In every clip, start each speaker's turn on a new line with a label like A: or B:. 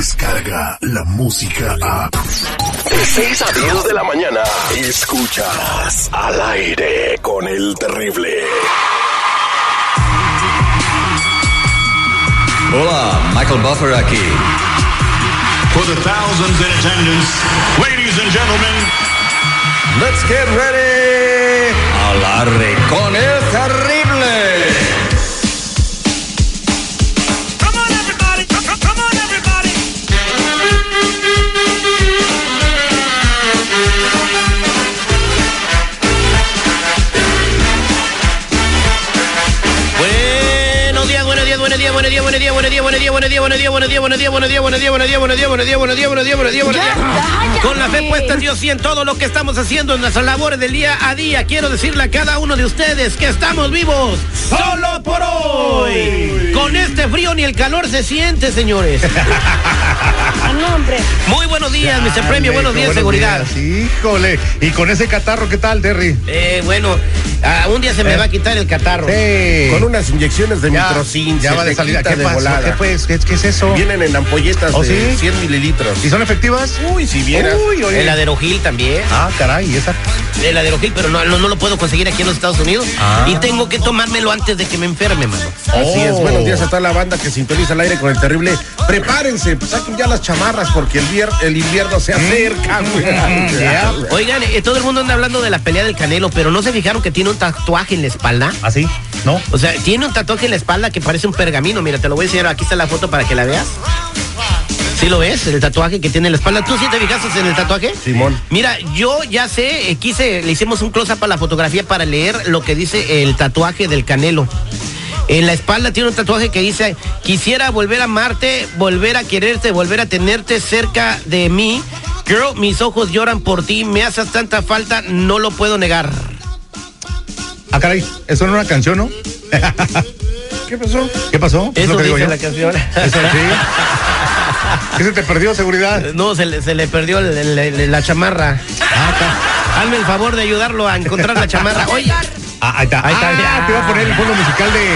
A: Escucha la música a.
B: De 6 a 10 de la mañana. Escuchas al aire con el terrible.
C: Hola, Michael Buffer aquí.
D: For the thousands in attendance, ladies and gentlemen,
C: Let's get ready. Al aire con el terrible.
E: Come on, everybody! Come, come- come on, everybody!
F: Buenos días, buenos días, buenos días, buenos días, buenos días, buenos días, buenos días, buenos días, buenos días, buenos días, buenos días, buenos días, buenos días, buenos días, buenos días, buenos días, buenos días, buenos días, buenos días, buenos días. Con la fe puesta en Dios y en todo lo que estamos haciendo en nuestras labores del día a día, quiero decirle a cada uno de ustedes que estamos vivos solo por hoy. Con este frío ni el calor se siente, señores. Muy buenos días, Mr. Premio, buenos días, seguridad.
G: Híjole. Y con ese catarro, ¿qué tal, Terry? Eh.
F: Eh, bueno, ah, un día se me va a quitar el catarro.
G: Sí.
B: Con unas inyecciones de
G: Ya,
B: nitrocin.
G: ya
B: se
G: va
B: te
G: de salida.
B: quita
G: ¿Qué
B: de
G: pasó?
B: volada.
G: ¿Qué, pues? ¿Qué- qué es eso?
B: Vienen en ampolletas
G: ¿Oh,
B: de
G: sí?
B: 100 mililitros.
G: ¿Y son efectivas?
B: Uy, si vieras.
G: Uy, oye.
F: El aderogil también.
G: Ah, caray, ¿y esa?
F: El aderogil, pero no, no, no lo puedo conseguir aquí en los Estados Unidos.
G: Ah.
F: Y tengo que tomármelo antes de que me enferme, mano.
B: Así es,
G: Oh.
B: buenos días a toda la banda que sintoniza el aire con el terrible. Prepárense, pues, saquen ya las chamarras porque el, vier- el invierno se acerca, güey.
G: Mm. ya.
F: Oigan, eh, todo el mundo anda hablando de la pelea del Canelo, pero ¿no se fijaron que tiene un tatuaje en la espalda?
G: ¿Así? ¿No?
F: O sea, tiene un tatuaje en la espalda que parece un pergamino. Mira, te lo voy a enseñar. Aquí está la foto para que la veas. ¿Sí lo ves? El tatuaje que tiene en la espalda. ¿Tú sí te fijaste en el tatuaje?
B: Simón.
F: Mira, yo ya sé, eh, quise, le hicimos un close-up a la fotografía para leer lo que dice el tatuaje del Canelo. En la espalda tiene un tatuaje que dice, quisiera volver a amarte, volver a quererte, volver a tenerte cerca de mí. Girl, mis ojos lloran por ti, me haces tanta falta, no lo puedo negar.
G: Ah, caray, eso era una canción, ¿no?
B: ¿Qué pasó?
G: ¿Qué pasó? Es
F: Eso
G: lo que digo
F: dice
G: yo.
F: la canción.
G: Eso sí. ¿Qué se te perdió, seguridad?
F: Eh, No, se le, se le perdió el- el- el- la chamarra. Hazme el favor de ayudarlo a encontrar la chamarra. Oye,
G: Ah, ahí está.
F: Ahí está,
G: Ah,
F: ya.
G: te iba a poner el fondo musical de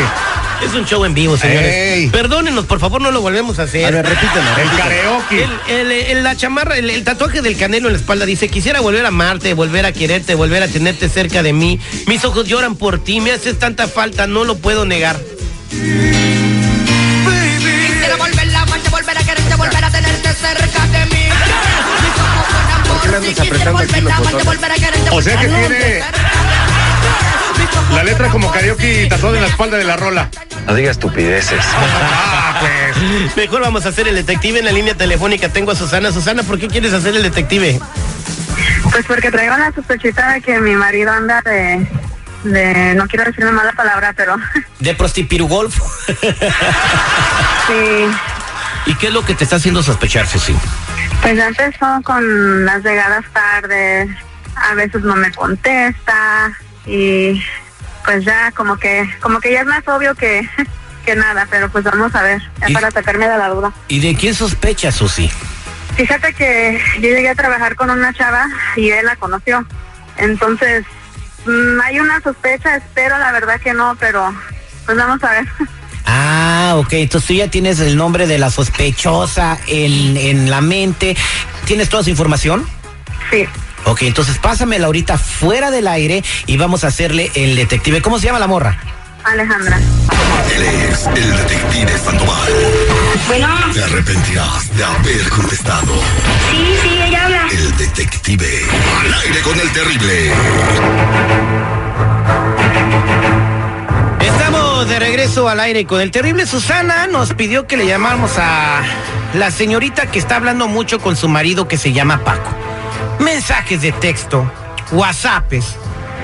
F: es un show en vivo, señores.
G: Ey.
F: Perdónenos, por favor, no lo volvemos a hacer.
B: A ver, repítelo.
G: El Karaoke.
F: El, el- el- la chamarra, el, el tatuaje del canelo en la espalda dice, quisiera volver a amarte, volver a quererte, volver a tenerte cerca de mí. Mis ojos lloran por ti, me haces tanta falta, no lo puedo negar.
H: Quiero volver a amarte, volver a quererte, volver a tenerte cerca de mí. Mis ojos lloran por
B: ¿Por qué
H: ti,
B: le andas
H: quisiera
B: apretando aquí
H: volver
B: los
H: a amarte,
B: botones?
H: volver a quererte,
G: O sea que
H: volver a
G: tiene
H: tenerte cerca. Mis ojos
G: la letra
H: lloran
G: como
H: por
G: karaoke
H: ti.
G: tatuada en la espalda de la rola.
C: No digas estupideces.
G: Ah, pues.
F: Mejor vamos a hacer el detective en la línea telefónica. Tengo a Susana. Susana, ¿por qué quieres hacer el detective?
I: Pues porque traigo la sospechita de que mi marido anda de, de no quiero decir una mala palabra, pero
F: De Prostipirugolfo.
I: sí,
F: ¿Y qué es lo que te está haciendo sospechar, Susi?
I: pues ya empezó con las llegadas tarde, a veces no me contesta y pues ya como que como que ya es más obvio que que nada, pero pues vamos a ver, ya
F: Y-
I: para sacarme de la duda.
F: ¿Y de quién sospechas, Susi?
I: Fíjate que yo llegué a trabajar con una chava y él la conoció. Entonces, mm, hay una sospecha, espero la verdad que no, pero pues vamos a ver.
F: Ah, ok. Entonces tú ya tienes el nombre de la sospechosa en, en la mente. ¿Tienes toda su información?
I: Sí.
F: Ok, entonces pásamela ahorita fuera del aire y vamos a hacerle el detective. ¿Cómo se llama la morra?
I: Alejandra.
A: Él es el detective Sandoval.
I: Bueno,
A: Te arrepentirás de haber contestado.
I: sí, sí, ella habla.
A: El detective. Al aire con el terrible.
F: Estamos de regreso al aire con el terrible Susana. Nos pidió que le llamáramos a la señorita que está hablando mucho con su marido que se llama Paco. Mensajes de texto, WhatsApps,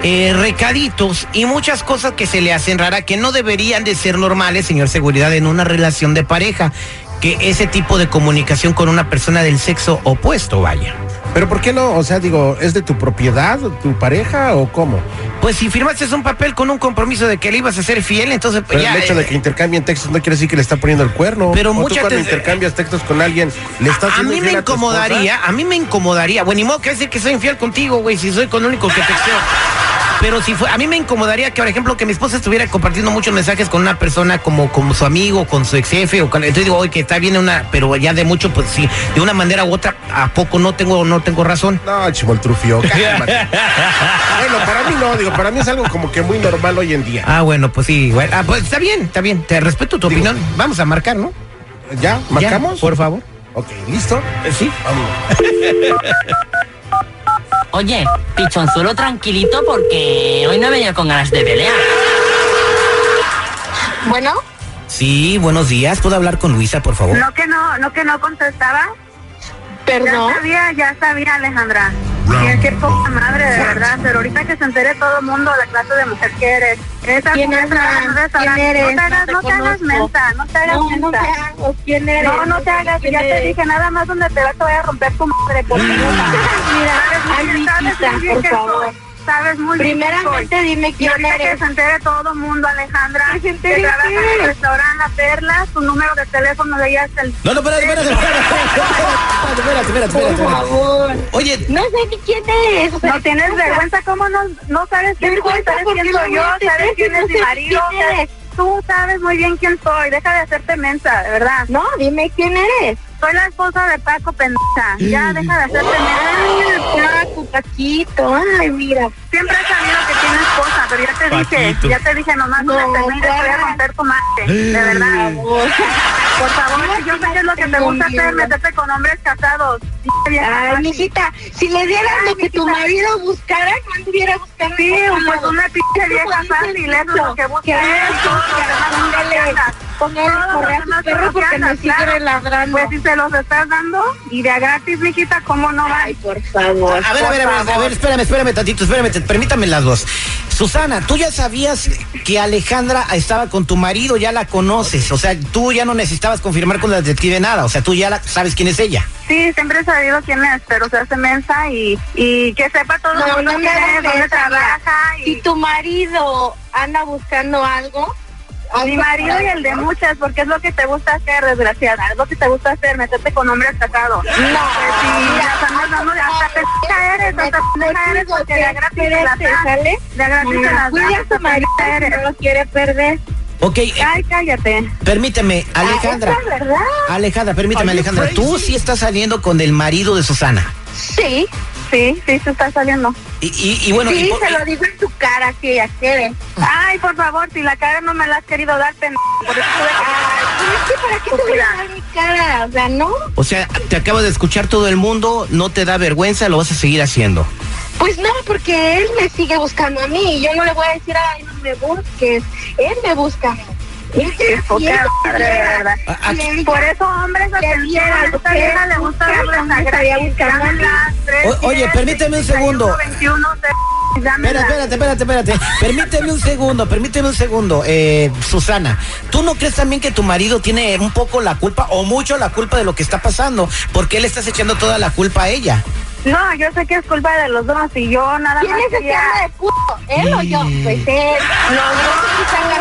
F: eh, recaditos y muchas cosas que se le hacen rara que no deberían de ser normales, señor seguridad, en una relación de pareja. Que ese tipo de comunicación con una persona del sexo opuesto vaya.
B: Pero ¿por qué no? O sea, digo, ¿es de tu propiedad, tu pareja o cómo?
F: Pues si firmaste un papel con un compromiso de que le ibas a ser fiel, entonces pues,
B: Pero
F: ya.
B: el hecho
F: eh,
B: de que intercambien textos no quiere decir que le está poniendo el cuerno.
F: Pero
B: o tú
F: mucha
B: cuando
F: te-
B: intercambias textos con alguien, le estás
F: a
B: siendo
F: mí me
B: infiel a tu
F: incomodaría, a mí me incomodaría. Bueno, ni modo que decir que soy infiel contigo, güey, si soy con el único que texteo. Pero si fue, a mí me incomodaría que, por ejemplo, que mi esposa estuviera compartiendo muchos mensajes con una persona como, como su amigo, con su ex jefe, o con, entonces digo, oye, que está bien una, pero ya de mucho, pues sí, de una manera u otra, ¿a poco no tengo, no tengo razón?
B: No, chimoltrufio, cálmate. bueno, para mí no, digo, para mí es algo como que muy normal hoy en día.
F: Ah, bueno, pues sí, bueno, ah, pues está bien, está bien, te respeto tu opinión. Vamos a marcar, ¿no?
B: ¿Ya?
F: Ya,
B: ¿Marcamos?
F: por favor. Eh,
B: Ok, ¿listo?
F: Sí.
B: Vamos.
J: Oye, pichonzuelo tranquilito porque hoy no he venido con ganas de pelear.
I: Bueno,
F: Sí, buenos días. ¿Puedo hablar con Luisa, por favor?
I: no que no, no que no contestaba.
K: Perdón.
I: Ya sabía, ya sabía, Alejandra. Mira, qué poca madre, de verdad. Pero ahorita que se entere todo el mundo la clase de mujer que eres. Esa
K: ¿Quién
I: mujer
K: eres?
I: trabaja en un restaurante.
K: ¿Quién eres?
I: No te hagas,
K: No
I: no
K: te
I: te hagas
K: conozco.
I: mensa, no te hagas
K: No, no te
I: mensa.
K: hagas. ¿Quién eres?
I: No, no te hagas,
K: ¿Quién
I: ya te
K: eres?
I: dije, nada más donde te vas te voy a romper tu madre, por Dios.
K: Mira,
I: Sabes muy
K: ay,
I: bien, sabes
K: mijita,
I: muy bien
K: por
I: que
K: favor.
I: soy, Sabes muy bien que soy.
K: Primeramente dime
I: Y
K: quién
I: ahorita que
K: eres.
I: se entere todo el mundo, Alejandra,
K: Que se
I: que
K: entere
I: trabaja en
K: quién.
I: el restaurante La Perla, tu número de teléfono de ella es el...
F: No, no, espérate, espérate, espérate, espérate, espérate, espérate, espérate,
K: Por
F: espérate.
K: favor.
F: Oye,
K: No sé ni quién eres. o sea,
I: No tienes
K: o sea,
I: vergüenza, ¿cómo no, no sabes quién soy?
K: Vergüenza,
I: ¿Sabes
K: ¿por
I: quién
K: qué lo
I: soy yo?
K: voy a tener
I: ¿Sabes
K: si
I: quién
K: no
I: es
K: sé
I: mi
K: quién
I: marido? ¿Sabes?
K: eres?
I: Tú sabes muy bien quién soy, deja de hacerte mensa, de verdad.
K: No, dime quién eres.
I: Soy la esposa de Paco Pendeja, ya deja de hacerte
K: Ay,
I: mensa.
K: Paco, Paquito. Ay, mira.
I: Siempre he sabido que tiene esposa, pero ya te
F: Paquito.
I: dije, ya te dije, nomás no,
K: No,
I: me termines, voy a
K: Clara.
I: romper tu madre, de verdad. Por favor,
K: Mira,
I: si yo sé que es lo que te
K: tengo
I: gusta hacer,
K: miedo.
I: meterte con hombres casados.
K: Ay, mijita, si le dieras
I: Ay,
K: lo que tu
I: mijita.
K: marido buscara, no anduviera buscando.
I: Sí,
K: por
I: pues
K: favor.
I: una pinche vieja fácil, eso es lo que busca.
K: pues, Que vayan
I: Eso,
K: todos,
I: lo que más busca,
K: ándale,
I: casa.
K: pongan a
I: Todos
K: correr a
I: los
K: sus
I: demás
K: perros porque
I: confianza,
K: me siguen
I: claro.
K: ladrando.
I: Pues si se los estás dando y de a gratis, mijita, ¿cómo no va?
K: Ay, por favor.
F: a ver, a ver, a ver, a ver, espérame, espérame tantito, espérame, te- permítame las dos. Susana, tú ya sabías que Alejandra estaba con tu marido, ya la conoces, o sea, tú ya no necesitabas confirmar con la detective nada, o sea, tú ya la- sabes quién es ella.
I: Sí, siempre he sabido quién es, pero se hace mensa y, y que sepa todo el
K: No,
I: mundo
K: no me
I: quién
K: hagas
I: es, dónde
K: mensa,
I: trabaja.
K: Si
I: Y,
K: tu marido anda buscando algo,
I: mi marido y el de muchas, porque es lo que te gusta hacer, desgraciada. Es lo que te gusta hacer, meterte con hombres casados. No, pues sí,
K: mira,
I: ya estamos dando de hasta pendeja eres, hasta pendeja eres, porque de a gratis te las
K: Espérate,
I: das.
K: ¿sale?
I: De a gratis te las das,
K: Cuida a
I: hasta
K: tu marido
I: pendeja
K: si
I: eres.
K: no lo quiere perder.
F: Ok, eh,
I: Ay, cállate.
F: permíteme, Alejandra,
K: Ah, ¿esa es verdad?
F: Alejandra, permíteme, Alejandra, tú sí estás saliendo con el marido de Susana.
K: Sí,
I: Sí, sí, se está saliendo.
F: Y, y- y bueno, y
K: sí,
F: por-
K: se lo digo en tu cara si ella quiere.
I: Ay, por favor, si la cara no me la has querido dar, pendeja. Por eso tuve
K: Ay,
I: que-
K: pero es que ¿para qué te voy a dar mi cara? O sea, ¿no?
F: o sea, te acabo de escuchar todo el mundo, no te da vergüenza, lo vas a seguir haciendo.
K: Pues no, porque él me sigue buscando a mí y yo no le voy a decir, ay, no me busques. Él me busca a mí. Él
I: Qué poca madre, de verdad.
F: A- aquí-
K: Y él-
I: Por eso hombres
K: Le
I: atención,
K: diera
I: a
K: lo
I: esta
K: que
I: vieja le
K: él
I: gusta
K: busca,
I: darle
K: no
I: esa
K: me estaría buscando a mí.
F: O- oye, permíteme un segundo. Espera, espérate, espérate, espérate. Permíteme un segundo, permíteme un segundo. Eh, Susana, ¿tú no crees también que tu marido tiene un poco la culpa o mucho la culpa de lo que está pasando? Porque él estás echando toda la culpa a ella.
I: No, yo sé que es culpa de los dos y yo nada
K: ¿Quién
I: más
K: es el que
I: quería-
K: anda de puto? ¿Él o yo? Pues él.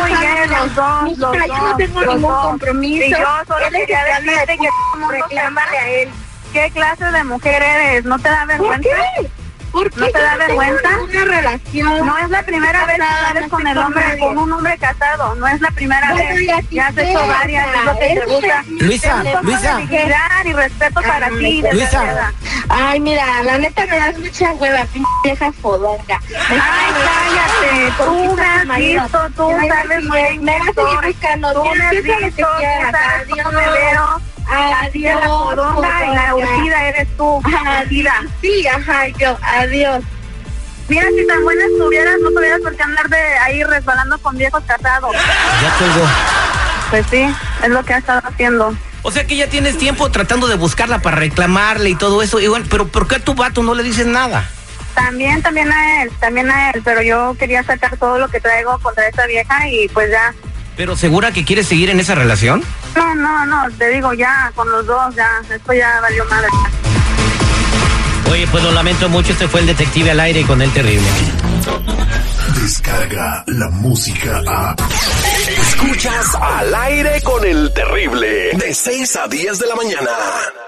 I: Muy bien, los dos, los
K: Mijita,
I: dos,
K: yo no tengo
I: los
K: ningún
I: dos.
K: compromiso.
I: Y yo
K: Él
I: solo
K: es
I: quería
K: el que anda de
I: decirte que todo el mundo se
K: reclámale
I: ama.
K: a él.
I: ¿Qué clase de mujer eres? ¿No te da
K: ¿Por
I: vergüenza?
K: qué? ¿Por qué
I: ¿No te
K: yo
I: da
K: tengo
I: vergüenza?
K: ninguna relación.
I: No es la primera vez que
K: Casada,
I: sales
K: no
I: con
K: estoy
I: el
K: con
I: hombre,
K: nadie.
I: con un hombre casado. No es la primera
K: Bueno,
I: vez.
K: y así Este,
I: Ya has
K: sea,
I: hecho varias, es lo que
K: eso
I: te gusta.
K: sí.
F: Luisa,
I: Un poco
F: Luisa,
I: de dignidad y respeto para ti,
K: Luisa.
I: desgraciada.
K: Ay, mira, la neta me das mucha hueva, pinche vieja fodonga.
I: Ay, cállate, tú me has visto, tú sabes muy bien
K: Me
I: quién
K: vas a
I: soy.
K: seguir buscando,
I: Tú me has
K: piensa lo que
I: visto, tú
K: quieras.
I: sabes cómo me
K: Adiós.
I: veo. Así es
K: Adiós,
I: la podonga y la urgida eres tú.
K: Ajá,
I: Urgida.
K: Sí, ajá, yo, adiós.
I: Mira, si tan buena estuvieras, no tuvieras por qué andar de ahí resbalando con viejos casados.
F: Ya colgó.
I: Pues sí, es lo que ha estado haciendo.
F: O sea que ya tienes tiempo tratando de buscarla para reclamarle y todo eso. Y bueno, pero ¿por qué a tu vato no le dices nada?
I: También, también a él, también a él, pero yo quería sacar todo lo que traigo contra esta vieja y pues ya.
F: ¿Pero segura que quieres seguir en esa relación?
I: No, no, no, te digo ya, con los dos ya, esto ya valió madre.
F: Oye, pues lo lamento mucho, este fue el detective al aire con el terrible.
A: Descarga la música a. Escuchas al aire con el terrible. De 6 a 10 de la mañana.